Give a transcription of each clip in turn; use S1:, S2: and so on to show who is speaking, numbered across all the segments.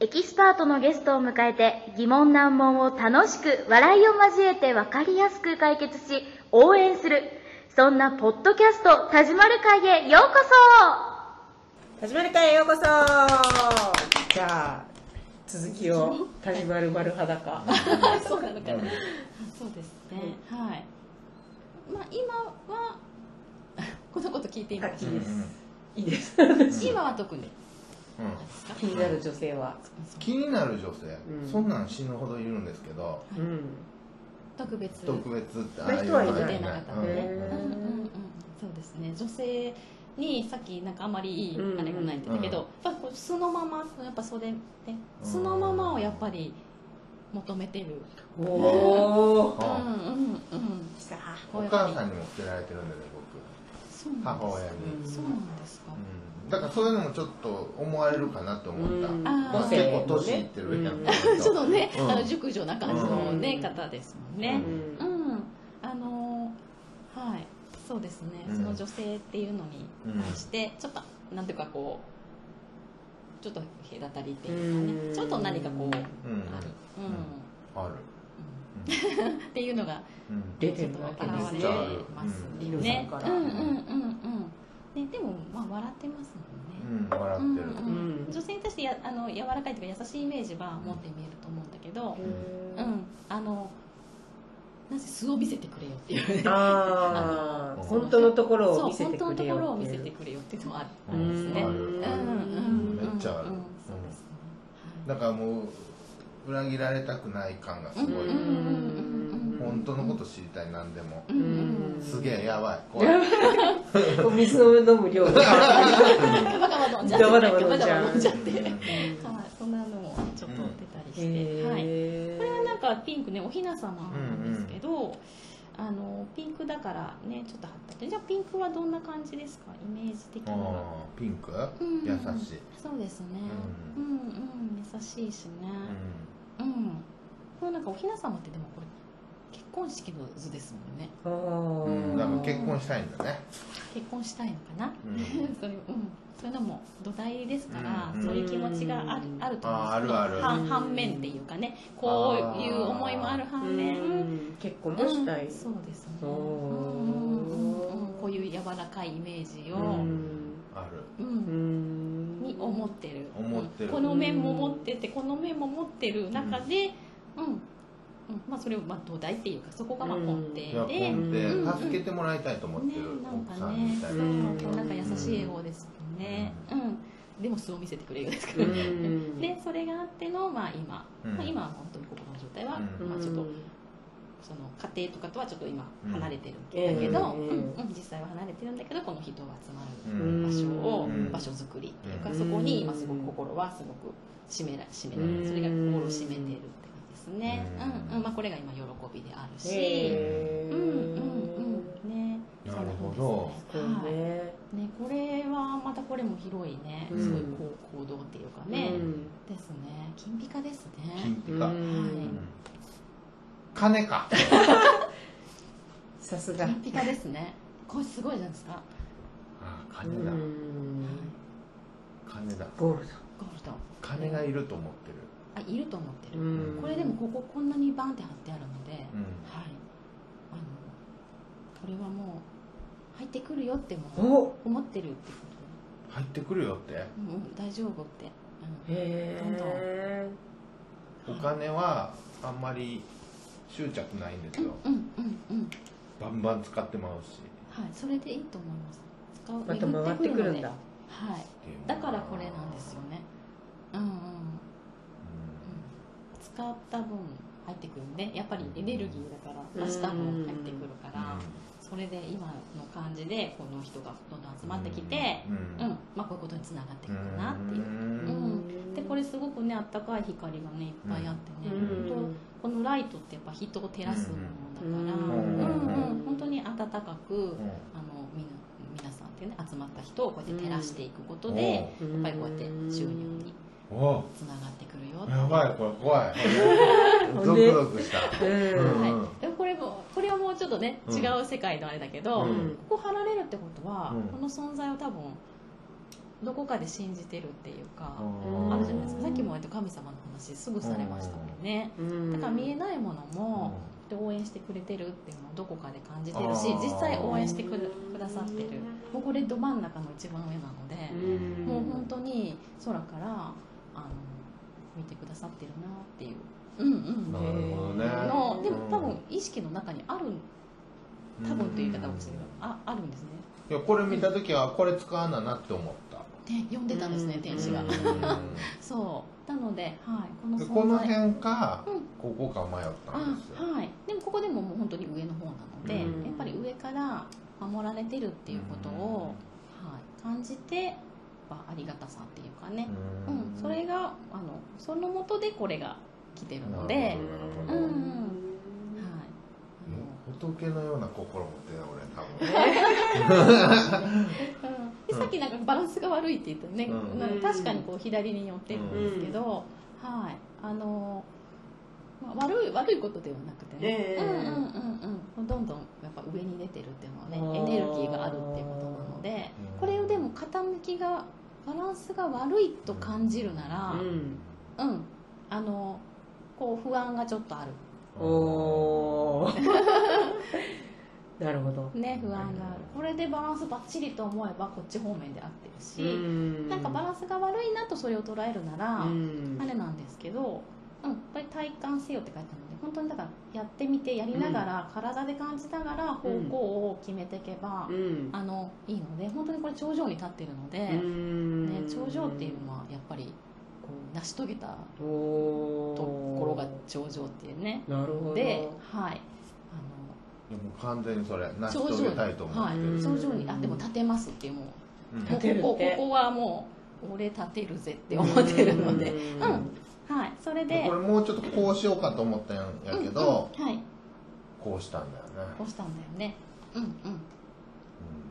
S1: エキスパートのゲストを迎えて疑問難問を楽しく笑いを交えて分かりやすく解決し応援するそんなポッドキャスト「田島る会」へようこ
S2: 田島る会へようこそじゃあ続きを「田島る丸裸」
S3: そうなのかな。そうですね。はい。まあ今は このこと聞いていいのかし
S2: い
S3: ら
S2: いですいいです
S3: 今は特にで
S4: うんうん
S3: すか。
S2: 気になる女性は
S4: 気になる女性、
S2: うん
S4: そんなん死ぬほどいるんですけど
S2: うん
S3: 特別。
S4: 特別ってあ
S2: そうい
S4: あ
S2: う
S4: い
S2: 人
S4: う
S2: はい
S4: の
S2: ない
S4: は
S3: 出
S4: い
S3: な
S4: な
S3: か
S4: い
S3: った
S4: う
S3: の
S4: ん
S3: で。
S2: へ
S3: うんうんうん。そうですね。女性にさっきなんかあんまりいいあれがないって言ったけど、
S4: う
S3: や
S4: ん
S3: っぱこう素のままやっぱそれね素のままをやっぱり求めてる。
S2: おお
S3: うんうん
S4: あ
S3: うん。
S2: さあ
S4: お母さんにも捨てられてるんだね
S3: そうなんです
S4: 僕
S3: か
S4: 母親に、
S2: うん
S3: そうなんですか。
S4: うんだからそういうのもちょっと思えるかなと思った、
S2: うん
S3: あー
S4: まあ、結構年いってるやん、
S2: うん
S4: この人
S3: ちょっとね、
S4: うん
S3: あの熟女な感じのね、
S2: うん
S3: 方ですもん
S2: う
S3: ね。
S2: ん
S3: うん、あのーはい、そうですね、
S4: うん
S3: その女性っていうのに対して、ちょっと、なんていうかこう、ちょっと隔たりっていう
S2: う
S3: か
S2: ん
S3: ね、ちょっと何かこう、ある、
S4: うん
S3: うん
S4: ある、
S3: うんっていうのが、
S4: うん
S2: 出
S3: ち
S2: て
S3: ょっ
S2: るわけ
S3: と
S2: で
S3: 現
S2: す
S3: れ
S2: ね
S3: てます
S4: うん
S2: リノさん
S3: ね。
S2: か
S3: う
S2: ら
S3: んうんうんうん。ね、でも、まあ、笑ってますもんね。
S4: うん、笑ってる、
S3: うんうん女性に対してやあの柔らかいというか優しいイメージは持って見えると思うんだけど、
S2: う
S3: う
S2: ん
S3: ん、あのなぜ素を見せてくれよっていうね
S2: ああ
S4: あの
S2: 本当のところを
S3: そう
S2: 見せて
S3: 本当
S2: く
S3: のと
S2: れ
S3: ころ
S2: よ
S3: を
S2: って
S3: 見
S2: い
S3: せ
S2: う
S3: てくれよっていうのはある
S4: うん
S3: んですね
S4: ある
S3: う
S4: ある
S3: んうんうん
S4: めっちゃある
S3: うんそうですね
S4: だからもう裏切られたくない感がすごい、
S3: うんうんうん
S4: 本当のこと知りたい何でも、
S3: うんうん
S4: すげえやばい怖い
S2: お水を飲む量が
S3: バカバカ飲んじゃって
S2: ダバダバ飲
S3: バ
S2: んじ
S3: カ
S2: ゃう
S3: バカ飲んじゃって
S4: うん
S3: はいそんなのもちょっと出たりして、はい
S2: へ
S3: これはなんかピンクねおひなさまなんですけど、あのピンクだからねちょっと貼ったけどじゃあピンクはどんな感じですかイメージ的には
S4: あーピン
S3: う
S4: ク、
S3: ん
S4: 優しい、
S3: そうですね、う、
S4: うん
S3: うん優しいしね、
S4: う
S3: うん、これなんかおひな様ってでもこれ結婚式の図ですもんね
S2: あー
S4: んうん、だから結婚したいんだね、
S3: 結婚したいのかな、
S4: うん
S3: そういううん、そういうのも土台ですから、
S4: うん
S3: そういう気持ちがあるあると思
S4: あーあるある
S3: 反反面っていうかねこういう思いもある
S2: う
S3: 反面
S2: ん結婚もしたい
S3: うんそうですね
S2: お
S3: う
S2: ー
S3: んうんうんうんこういう柔らかいイメージを、うん
S4: ある
S2: うん
S3: に 思ってる
S4: 思ってる
S3: この面も持っててこの面も持ってる中で、うんうんまあ、それをまあ土台っていうかそこがまあ根底
S4: いや
S3: で、
S2: ん
S4: 根底助けてもらいたいと思ってる、
S3: ねなん
S4: 奥
S3: か
S4: さん
S3: ね
S4: みたい
S3: そう
S4: な、
S2: うん
S3: なんか優しい英語ですよね、うんでも素を見せてくれるんですけど、
S2: うん
S3: でそれがあっての、まあ、今、
S4: うん
S3: まあ今は本当に心の状態は、
S4: うん
S3: まあ、ちょっとその家庭とかとはちょっと今離れてるんだけど、
S2: うん
S3: うんうん実際は離れてるんだけどこの人が集まる
S4: う
S3: 場
S4: ん
S3: 所を、
S4: うん
S3: 場所づくりっていうか、
S2: うん
S3: そこに今すごく心はすごく締めら締められ
S2: うん
S3: それが心を締めているって感じですね、
S4: うん
S3: うんうんまあ、これが今喜びであるし、
S2: へー
S3: うんうんうんね
S4: なるほど
S2: そ
S3: そううですね,、はい、
S2: ね
S3: ねこれはまたこれも広いね
S2: うん
S3: すごいこう行動っていうかね、
S2: うん
S3: ですね金ピカです
S4: 金
S3: ね
S4: ピカ、
S2: う
S4: うん
S2: ん
S4: 金か
S2: さすが
S3: 金ピカですねこれすごいじゃないですか
S4: あー
S2: う
S4: 金だ、
S2: ん
S4: 金だ
S2: ゴール
S3: ゴールド
S4: 金がいると思ってる、
S3: あいると思って
S2: ド
S3: る、
S2: うん
S3: これでもこここんなにバンって貼ってあるので、
S4: うん
S3: はい、あのこれはもう入ってくるよっても
S2: お
S3: 思ってるってこ
S4: 入ってくるよって
S3: と、うんうん、大丈夫って、うん
S2: へえ
S4: お金はあんまり執着ないんですよ
S3: うんうんうん
S4: バンバン使ってまうし
S3: はいそれでいいと思います使う
S2: また回ってくるんだ
S3: 巡ってくるのではいだからこれなんですよねうんうん使った分入ってくるんでやっぱりエネルギーだから出した分入ってくるからそれで今の感じでこの人がどんどん集まってきて
S4: うん
S3: うん、まあこういうことにつながってくるなっていううん、でこれすごくねあったかい光がねいっぱいあってね、
S2: うん
S3: 本当このライトってやっぱ人を照らすものだから、
S2: う
S3: うんんう
S4: う
S3: んん本当に温かく、あのみな皆さんってね集まった人をこうやって照らしていくことで、やっ
S2: や
S3: ぱりこうやって収入に
S4: おお
S3: つながってくるよって
S4: やばいこれ怖いゾクゾクした
S2: うん
S4: うん
S3: はい、でもこれもこれはもうちょっとね
S4: うん
S3: 違う世界のあれだけど、
S4: うん
S3: ここ離れるってことは、
S4: うん
S3: この存在を多分どこかで信じてるっていうか、
S4: うん
S3: あるじゃないですかさっきも割と神様の話すぐされましたもんね、
S2: うん
S3: だから見えないものも、きっと応援してくれてるっていうのをどこかで感じてるし実際応援してくるくださってるもうこれど真ん中の一番上なので、
S2: うん
S3: もう本当に空からあの見てくださってるなっていう。うんうん
S4: なるほどね
S3: のでも多
S4: うん
S3: 分意識の中にある多分という言い方をするけどああるんですね
S4: いやこれ見た時はこれ使わななって思った
S3: で読んでたんですね
S2: うん
S3: 天使が
S2: うん
S3: そうなので、はい、この
S4: で
S3: 存在
S4: この辺か
S3: うん
S4: ここか迷ったんですよ
S3: あはいでもここでももう本当に上の方なので、
S2: うん
S3: やっぱり上から守られてるっていうことを、はい、感じてやっぱありがたさっていうかね、
S4: う
S3: うんそれがあのそのもとでこれが来てるので、はい
S4: なるほどなるほ
S3: う
S4: ど
S3: ん
S4: もう仏のような心持ってた俺多分
S3: あのでさっきなんかバランスが悪いって言ったね、
S4: うん
S3: なんか確かにこう左に寄ってるんですけど、はいあの、まあ、悪い悪いことではなくてね、
S2: ええ
S3: うんうんうんうんどんどんやっぱ上に出てるっていうのはねエ
S2: あー
S3: ネルギーがあるっていうことなのでこれをでも傾きがバランスが悪いと感じるな
S2: う
S3: ら
S2: ん
S3: うん、あのこう不安がちょっとある
S2: おーなるほ ど
S3: ね不安があるこれでバランスバッチリと思えばこっち方面で合ってるし、なんかバランスが悪いなとそれを捉えるなら、
S2: うん
S3: あれなんですけど、うん、やっぱり体感せよって書いてあるので本当にだからやってみてやりながら、体で感じながら方向を決めていけば、
S2: うん
S3: あのいいので本当にこれ頂上に立ってるので、
S2: うん
S3: ね、頂上っていうのはやっぱりこう成し遂げた
S2: おー
S3: ところが頂上っていうね
S2: なるほど
S3: で、はい
S4: でも完全にそれ
S3: あ
S4: 成
S3: の
S4: し遂げたいと思っ
S3: は
S4: て
S3: い
S4: る、
S2: うん
S3: 頂上にあでも立てますっていうもう
S4: うん
S3: もう
S2: 立てる
S3: ここ
S2: って
S3: ここはもう俺立てるぜって思ってるので、
S2: うん
S3: はいそれで
S4: これもうちょっとこうしようかと思ったんやけど、
S3: うんうんはい
S4: こうしたんだよね、
S3: 押したんだよねうんうん
S4: うん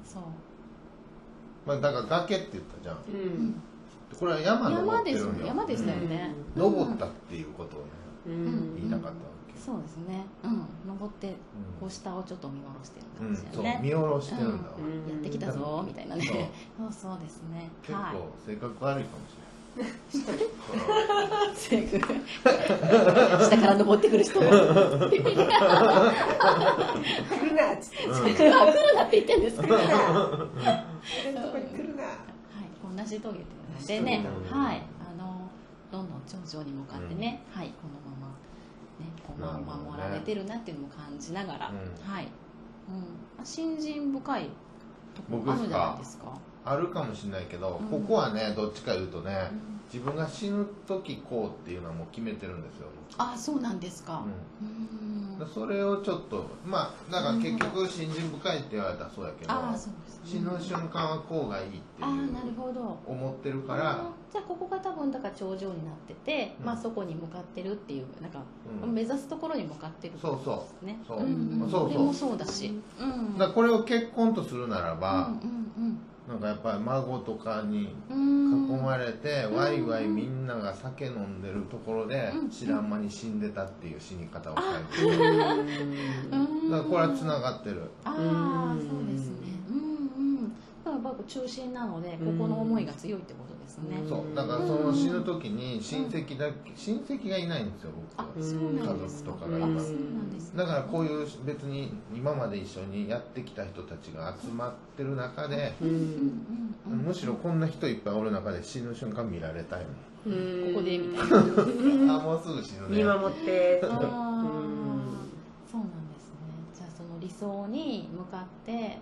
S3: そう
S4: まあ、だから崖って言ったじゃん
S2: う
S3: うんん
S4: これは山登
S3: 山
S4: って
S3: で
S4: る
S3: す
S4: んよ
S3: 山でしたよね
S2: うん
S4: 登ったっていうことをね
S2: うん
S4: 言いたかったわけ、
S3: そうですねうん登って
S4: うん
S3: こう下をちょっと見下ろしてる
S4: う
S3: 感
S4: ん
S3: じだよ
S4: そう
S3: ね
S4: 見下ろしてるんだわ、
S2: うん
S3: やってきたぞみたいなね
S4: そう
S3: そうそうですね
S4: 結
S3: は
S4: 構性格悪いかもしれない
S3: いセグ下から登ってくる人 来
S2: 来るなっつっ て
S4: うんうん
S3: るなって言ってんですけど
S2: 来るな俺のとこに来るな
S3: はい、こう成し遂げてるのでね
S4: 成し遂げ、た
S3: はい、あのどんどん頂上に向かってね、はい、このまま、ね、こうまあ
S4: なるほどね
S3: 守られてるなっていうのも感じながら、
S4: うん
S3: はい、うんあ、信心深いところあるじゃないですか。
S4: あるかもしれないけど、
S3: うん
S4: ここはねどっちか言うとね
S3: うん
S4: 自分が死ぬ時こうっていうのはもう決めてるんですよ、
S3: あ、そうなんですか。
S4: う
S3: うーん
S4: ん、だからそれをちょっとまあだから結局信心深いって言われたらそうやけど
S3: あ、そうです、ね。
S4: 死ぬ瞬間はこうがいいってい
S3: あー、なる
S4: う
S3: ほど。
S4: 思ってるか
S3: あ
S4: ら
S3: ーじゃあここが多分だから頂上になってて、
S4: うん
S3: まあそこに向かってるっていうなんか、
S4: うん
S3: 目指すところに向かってるって
S4: そう
S3: こと
S4: そ
S3: ですね
S4: そう
S3: うんうん、
S4: そうそう
S3: れもそうだし、うん
S4: うだからこれを結婚とするならば、
S3: うん
S4: なんかやっぱり孫とかに
S3: う
S4: 囲
S3: んうん、
S4: まれて、
S3: うん
S4: ワイワイみんなが酒飲んでるところで、
S3: うん
S4: 知らん間に死んでたっていう死に方をされてる、
S3: うん
S4: だからこれはつながってる、
S3: ああ
S2: うん
S3: そうですねうんうんだからやっぱ中心なのでここの思いが強いってことですね、
S2: うん
S4: そうだからその死ぬ時に親戚だけ、親戚がいないんですよ
S3: あ
S4: 僕は
S3: そうなんですか
S4: 家族とか
S2: がいます
S3: あそうなんですね
S4: だからこういう別に今まで一緒にやってきた人たちが集まってる中で、
S2: う
S3: うんんうんうん
S4: むしろこんな人いっぱいおる中で死ぬ瞬間見られたいもん
S2: うん
S3: ここでみたい
S4: あもうすぐ死ぬね
S2: 見守って
S3: あー
S2: うん
S3: そうなんですねじゃあその理想に向かって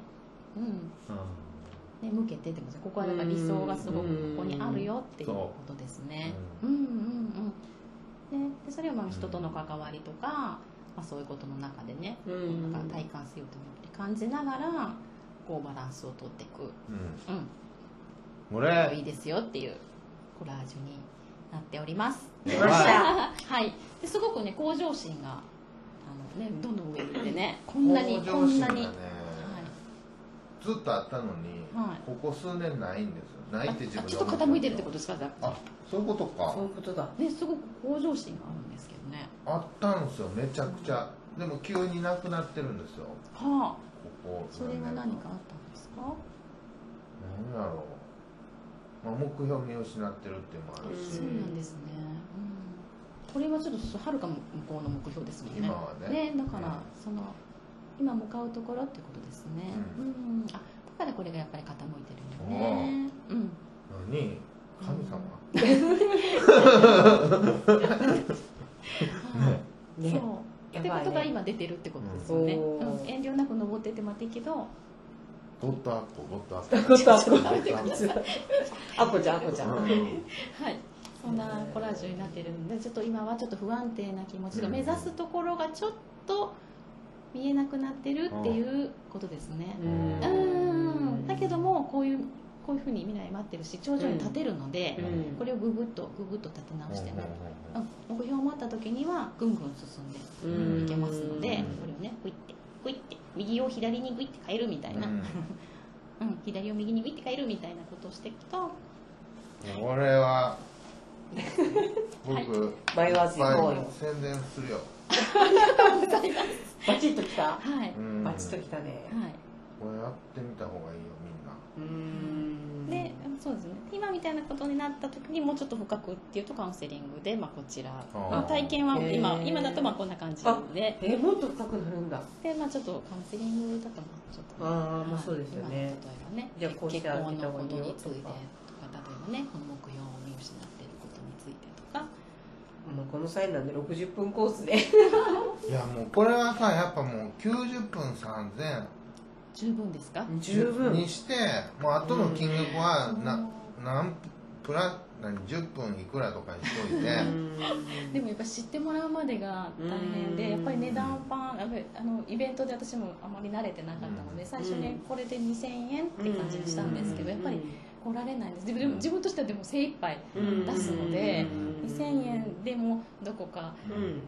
S3: うん
S4: う
S3: ね、向けてってことですねここはだから理想がすごくここにあるよっていう
S4: うん
S3: ことですねうんうんうんででそれをまあ人との関わりとか、まあ、そういうことの中でね
S2: う
S3: なんんか体感性をとって感じながらこうバランスをとっていく、
S4: ん、
S3: うん、
S4: こ
S3: いい
S4: れ
S3: ですよっていうコラージュになっております
S2: 出ました
S3: はいですごくね向上心があの、ね、どんどん上に行ってねこんなに
S4: 向
S3: こ
S4: 上
S3: ん
S4: 心
S3: な
S4: がね
S3: に、はい、
S4: ずっとあったのに、
S3: はい
S4: ここ数年ないんですよないって自
S3: あ
S4: 分
S3: ち
S4: で
S3: ょっ
S4: 思
S3: と
S4: た
S3: 傾いてるってことですか
S4: あそういうことか
S2: そういうことだ
S3: ね、すごく向上心があるんですけどね
S4: あったんですよめちゃくちゃでも急になくなってるんですよ
S3: はあ
S4: ここ
S3: それは何かあったんですか
S4: 何やろう、まあ、目標見失ってるっていうのもある
S2: うん
S4: し
S3: そうなんですねこれはちょっとはるか向こうの目標ですもんね
S4: 今はね
S3: だからその今向かうところってことですね
S4: う
S3: うん、あだからこれがやっぱり傾いてるよねうん
S4: 何神様、
S3: はい
S2: ね
S3: そう
S2: や
S3: ってこ
S2: ばいね
S3: とが今出てるってことですよね、
S2: うん
S3: うん遠慮なく登ってってもらっていいけど
S4: ゴッドアッコゴッドアッコ
S2: ゴッドアッコ
S4: ゴッドアッコ
S2: あこちゃんあこちゃん、
S4: うん
S3: はい、そんなコラージュになってるんで、ちょっと今はちょっと不安定な気持ちが
S4: うん
S3: 目指すところがちょっと見えなくなってるっていうことですね。
S4: うん
S3: うん、だけどもこういうこういうふうに未来待ってるし頂上に立てるので、
S2: うん
S3: これをぐぐっとぐぐっと立て直してね、うん、目標を持った時にはぐんぐん進んで
S2: うん
S3: いけますので、
S4: うん
S3: これをねグイってグイって右を左にグイって変えるみたいな、
S4: う
S3: うんん左を右にグイって変えるみたいなことをしていくと
S4: これは僕
S2: 迷わず行こうよ
S4: 宣伝するよ、
S2: バチッときた
S3: はい、
S4: うん
S2: バチッときたね
S3: はい
S4: これやってみた方がいいよみ
S2: うん
S3: でそうですね今みたいなことになった時にもうちょっと深くっていうとカウンセリングで、まあ、こちら
S4: あー
S3: 体験は今
S2: へー
S3: 今だとまあこんな感じなので
S2: えもっと深くなるんだ
S3: で、まあ、ちょっとカウンセリングだとまあちょっと、
S2: あーまあ
S3: はい
S2: そうですよね
S3: 今例えばね
S2: じゃあこうし
S3: 結
S2: てあ
S3: 婚
S2: げた
S3: の
S2: 方が
S3: こ
S2: い
S3: と
S2: いよ
S3: について
S2: と
S3: と
S2: か
S3: か例えばねこの目標を見失っていることについてとか
S2: もうこの際なんで60分コースで
S4: んないやもうこれはさやっぱもう90分3000
S3: 十分ですか、
S2: 十分
S4: にしてもうあとの金額は
S3: うん
S4: な、なんプラ何10分いくらとかにしといて、
S3: でもやっぱ知ってもらうまでが大
S2: う
S3: 変
S2: ん
S3: でやっぱり値段パンやっぱりあのイベントで私もあまり慣れてなかったの
S4: う
S3: で
S4: ん
S3: 最初ねこれで2000円って感じにしたんですけどやっぱり
S2: り
S3: 来られないんです自分でも自分としてはでも精一杯出すので2000円でもどこか
S2: うん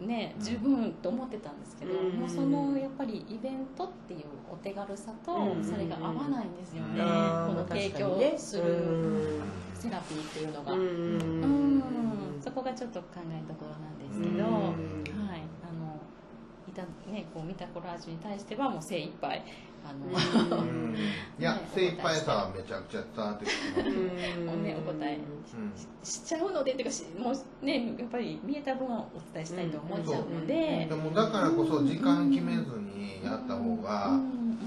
S3: ね十分と思ってたんですけど
S2: うん
S3: もうそのやっぱりイベントっていうお手軽さと
S2: うん
S3: それが合わないんですよね
S4: うん
S2: あ
S3: こ
S2: ー
S3: の提供す
S2: 確
S3: る
S4: うん
S3: セラピーっていうの
S2: か
S3: が
S2: にね
S3: う
S2: うんん
S3: そこがちょっと考えどころなんです
S2: うん
S3: けど は
S4: うん
S3: いあのいたねこう見たコラージュに対してはもう精一杯あの
S2: う
S4: うん
S2: ん
S4: いや
S3: ね
S4: 精一杯さめちゃくちゃ伝わってきてます
S3: もうねお答え
S4: うん
S3: しちゃうのでっていうかしもうねやっぱり見えた分はお伝えしたいと思っちゃうので
S4: でもだからこそ時間決めずにやった方
S3: う
S4: が
S3: んうん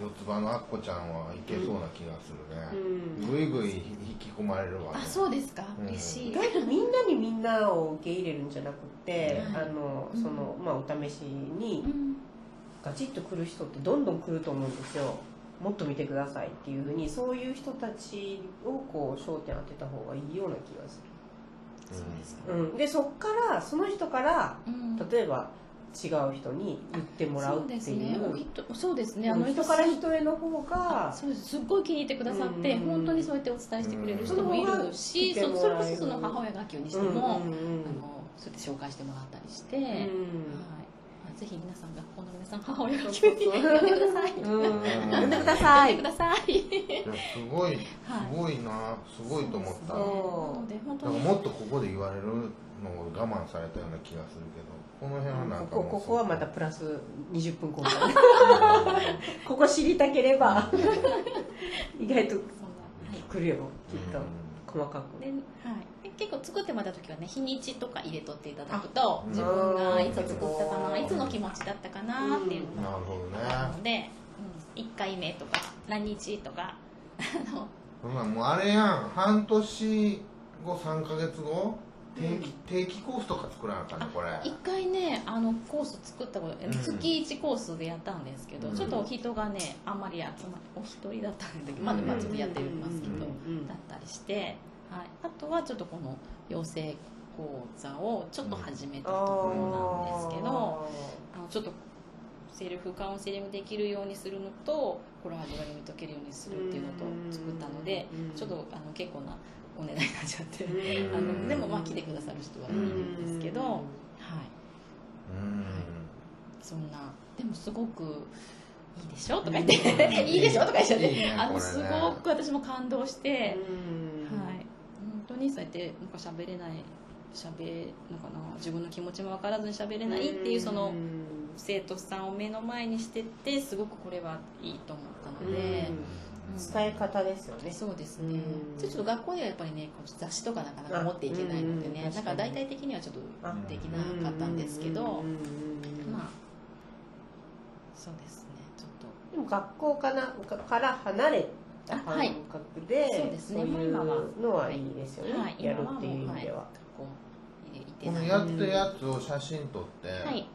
S4: 四つ葉のあっこちゃんはいけそうな気がす
S2: う
S4: るね
S2: ん
S4: ぐいぐい引き込まれるわね
S3: あそうですか
S4: うん
S3: 嬉し
S2: 意
S3: い
S2: 外とみんなにみんなを受け入れるんじゃなくて、
S3: はい
S2: あのそのまあ、お試しに
S3: うん
S2: ガチッと来る人ってどんどん来ると思うんですよもっと見てくださいっていうふうにそういう人たちをこう焦点当てた方がいいような気がす
S3: そうですか
S2: る、うん、でそっからその人から
S3: うん
S2: 例えば違う人に言ってもらうっていう
S3: そうですねお人そうですねあ
S2: うん
S3: の
S2: 人から人への方が
S3: そうですすっごい気に入ってくださって
S2: うん
S3: 本当にそうやってお伝えしてくれる人もいるし
S2: うん
S3: そそれこそその母親学級にしても
S2: うんうんうん
S3: あのそうやって紹介してもらったりして
S2: う
S3: はい
S2: ん
S3: まあぜひ皆さん学校の皆さん母親学級に呼んでください呼ん
S2: うん
S4: うん
S2: 呼んでくださ
S3: で
S2: い
S3: ください
S4: いやすごいす
S3: はい
S4: ごいなすごいと思った
S3: そうな
S4: だ
S3: ので本当
S4: から
S3: に
S4: もっとここで言われるのを我慢されたような気がするけどこの辺はなん
S2: こ
S4: か
S2: こ
S4: もう
S2: ここはまたプラス20分今度 ここ知りたければ意外と
S3: そうだはい
S2: 来るよきっと
S4: う
S2: 細かく
S3: ではい、で結構作ってもらった時はね日にちとか入れとっていただくと
S4: うん
S3: 自分がいつ作ったか
S2: う
S3: なんいつの気持ちだったかなっていうの
S4: んな
S3: が
S4: るほどね
S3: あるので、うん、1回目とか何日とかあの
S4: ほらもうあれやん半年後3か月後定期定期コースとか作らなあかんねこれ
S3: 1回ねあのコース作ったこと、
S4: うん
S3: 月1コースでやったんですけど、
S4: うん
S3: ちょっと人がねあんまり集まお一人だったんだけどまあ
S4: うん
S3: まあちょっとやってますけど、
S2: うん
S3: だったりして、はい、あとはちょっとこの養成講座をちょっと始めたところなんですけど。あのちょっとセルフカウンセリングできるようにするのとコラージュが読み解けるようにするっていうのと作ったので
S2: うん
S3: ちょっとあの結構なお値段になっちゃって
S2: あー
S3: あのでもまあ来てくださる人はいるんですけど、
S2: うん
S3: はい、
S4: うん
S3: そんなでもすごくいいでしょとか言って「 いいでしょ」とか言っちゃっ
S4: いいね
S3: てあの
S4: これね
S3: すごく私も感動して。
S2: うん
S3: はい、本当にそうやってなんか喋れない喋のかな自分の気持ちも分からずに喋れないっていうその
S2: うん
S3: 生徒さんを目の前にしてってすごくこれはいいと思ったので、
S2: うん伝え方ですよね、
S3: そうですね、
S2: うん
S3: ちょっと学校ではやっぱりねこう雑誌とかなかなか持っていけないので
S2: あうん
S3: ね、
S2: うん
S3: だから大体的にはちょっと
S2: あ
S3: できなかったんですけど、
S2: うんうんうん
S3: まあそうですねちょっと
S2: でも学校かなかから離れた
S3: あ
S2: 感
S3: はい
S2: 覚で、
S3: そうですね
S2: そういう
S3: まあ今は
S2: のはいいですよね、
S3: はい
S2: やるっていう意味では。
S3: こう入れて
S4: この
S3: ない
S4: やってるやつを写真撮って
S3: はい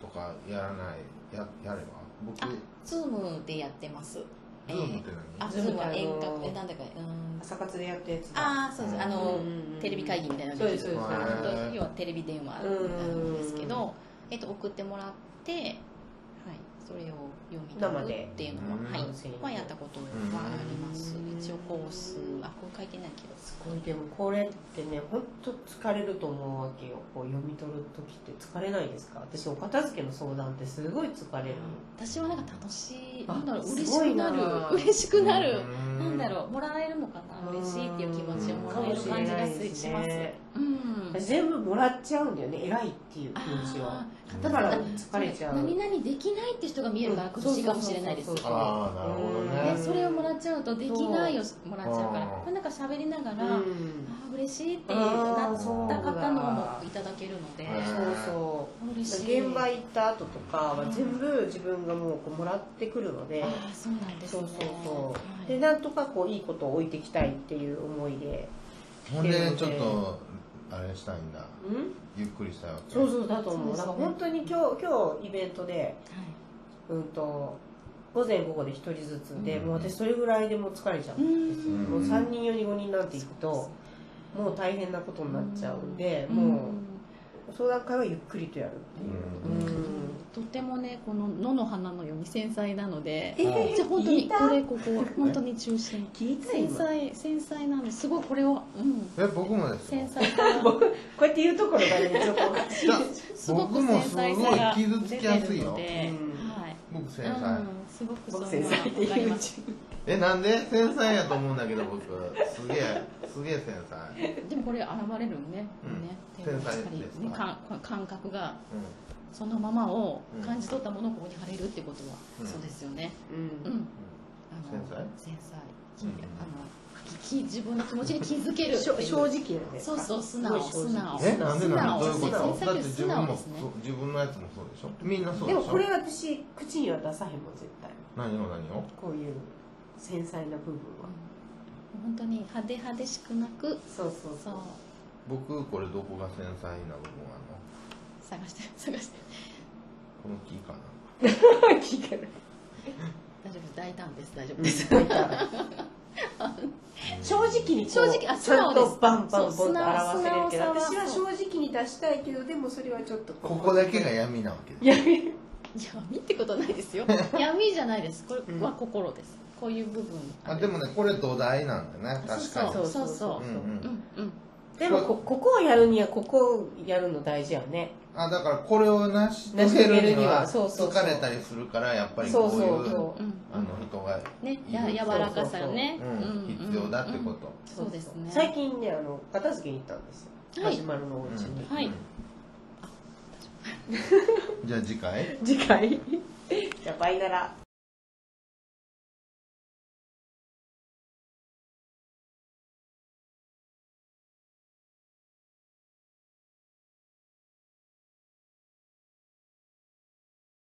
S4: とかやらないややれば僕
S3: あズームでやってます
S4: ズームって
S3: あ
S4: 何
S3: ズームは
S2: Zoom
S3: 遠
S2: ってあの
S3: 隔えなんだかうん
S2: 朝活でやったやつ
S3: ああそうですあの、
S2: うんうんうん
S3: テレビ会議みたいなの
S2: そうですそうです
S3: あの要はテレビ電話なんですけど、えっと、送ってもらって、はい、それを読み
S2: 生
S3: 解
S2: で
S3: くっていうのは、
S4: うん
S3: はい
S2: 音声に
S3: まあ、やったことはあります
S2: うん
S3: 一応コースあこれ書いてないけど
S2: すごいでもこれってね本当疲れると思うわけよこう読み取る時って疲れないですか私お片付けの相談ってすごい疲れる
S3: 私はなんか楽しい
S2: あ
S3: なんだろう嬉し
S2: すごい
S3: く
S2: な
S3: なる嬉しくなる
S4: う
S3: なんだろうもらえるのかな嬉しいっていう気持ちをもらえる感じが
S2: うんかもしれないです
S3: します
S2: ね
S3: うん
S2: 全部もらっちゃうんだよね偉いっていう気持ちを
S3: あー
S2: だから疲れちゃう
S3: 何々できないって人が見えるから苦しいかもしれないですよ
S2: そうそうそう
S4: ああなるほど
S2: う
S4: ね
S3: ね
S2: ん
S3: それをもらっちゃうとできないをもらっちゃうから
S4: うん
S3: これなんか喋りながら、あ
S2: ん
S3: あ嬉しいって
S2: あ
S3: な
S2: ー
S3: っ
S2: そう
S3: た
S2: だ
S3: 方のもいただけるので、
S4: うん
S2: そうそう
S3: 嬉しい
S2: 現場行った後とかは全部自分がもうこうもらってくるので、
S3: ああそうなんです
S2: そ
S3: ね
S2: うそうそう、
S3: はい
S2: でなんとかこういいことを置いていきたいっていう思いで
S4: ほんでちょっとあれしたいんだ
S2: うん
S4: ゆっくりしたいわけ
S2: そうそうだと思う
S3: そうですね
S2: なんか本当に今日今日イベントでうんと午前午後で一人ずつで、
S4: うん
S2: もう私それぐらいでもう疲れちゃう、
S3: うん
S2: もう3人4人5人なんていくともう大変なことになっちゃうんで、もう相談会はゆっくりとやるっていう、
S4: う
S2: うん
S3: とてもねこの野の花のように繊細なので
S2: え
S4: ー
S3: じゃあ本当
S2: 聞い
S3: に
S2: た
S3: これここ本当に中心
S2: 聞いた
S3: 繊
S2: 今こ
S3: 細繊細なんですすごいこれを、うん、
S4: え僕もです
S3: 繊
S4: よ
S3: 細さが
S2: うやって言うところがねちょっとおかしい
S4: いや
S3: すご
S4: 僕
S3: く
S4: も
S3: 繊
S4: すご
S3: 細
S4: い
S3: さが出
S4: 傷つきやす
S3: て
S4: い
S3: るの
S4: よ
S3: で、
S2: うん
S3: はい
S4: 僕繊
S3: う
S4: 細
S3: ん、すごくそう
S2: 僕
S3: いう
S2: 繊細って
S3: のわかり
S2: 言
S3: ま
S2: う
S3: す
S4: えなんで繊細やと思うんだけど僕すげえすげえ繊細
S3: でもこれ現れるね、
S4: うん
S3: ね
S4: 繊
S3: でも
S4: 細
S3: やっぱり
S4: ですか
S3: 感感感覚が
S4: うん
S3: そのままを
S4: うん
S3: 感じ取ったものをここに貼れるってことは、
S4: うん
S3: そうですよね
S2: うん
S3: うん
S4: 繊細
S3: 繊細
S4: うん
S3: あのきき自分の気持ちに気づけるって
S2: しょ
S3: いう
S2: 正直やね
S3: そうそう素直
S2: すごい
S3: 素
S2: 正
S3: 直
S2: 直
S4: えなんでなんでどう
S3: 素
S4: いうこ
S3: 直
S4: とだって自分
S3: 素直
S4: も
S3: ですね
S4: そう自分のやつもそうでしょみんなそうで
S2: で
S4: しょ
S2: もこれ私口には出さへんもん絶対
S4: 何を何を
S2: こういう繊細な部分は
S3: うん本当に派手派手しくなく
S2: そうそう
S3: そう
S4: 僕これどこが繊細な部分あんの
S3: 探して探して
S4: この木かな
S2: 聞いてる
S3: 大丈夫です大胆です大丈夫
S2: うん
S3: です、
S2: 正直にこう
S3: 正直
S2: ちゃ
S3: あ
S2: ん
S3: 素直で
S2: と
S3: す
S2: バンバンボンと
S3: そう素直
S2: 表せれるけど
S3: 素直さ
S2: 私
S3: は
S2: は正直に出したいけどでもそれはちょっと
S4: ここだけが闇なわけ
S2: い
S4: で
S2: や
S3: 闇ってことないです よ闇じゃないですこれは心ですこういう部分
S4: あでもねこれ土台なんだね
S3: そう
S4: 確か
S3: そ
S4: に
S3: うそうそう
S4: うんう
S3: う
S4: ん
S3: んうん
S2: でもこここをやるにはここをやるの大事よね
S4: あだからこれを成し遂げるに
S2: 成
S4: は
S2: し遂げるにはそうそうそう
S4: 疲れたりするからやっぱり
S2: そ
S4: こ
S2: うそ
S4: うい
S2: う
S4: う
S2: そ
S3: うん
S4: あの人が
S3: ねや柔らかさよね
S4: うん
S3: うんうん
S4: 必要だってこ
S2: う
S4: と
S3: そうですね
S2: 最近ねあの片付けに行ったんですよ
S3: はい
S2: 始まるのお家に
S3: はい
S4: うん じゃあ次回
S2: 次回 じゃあバイなら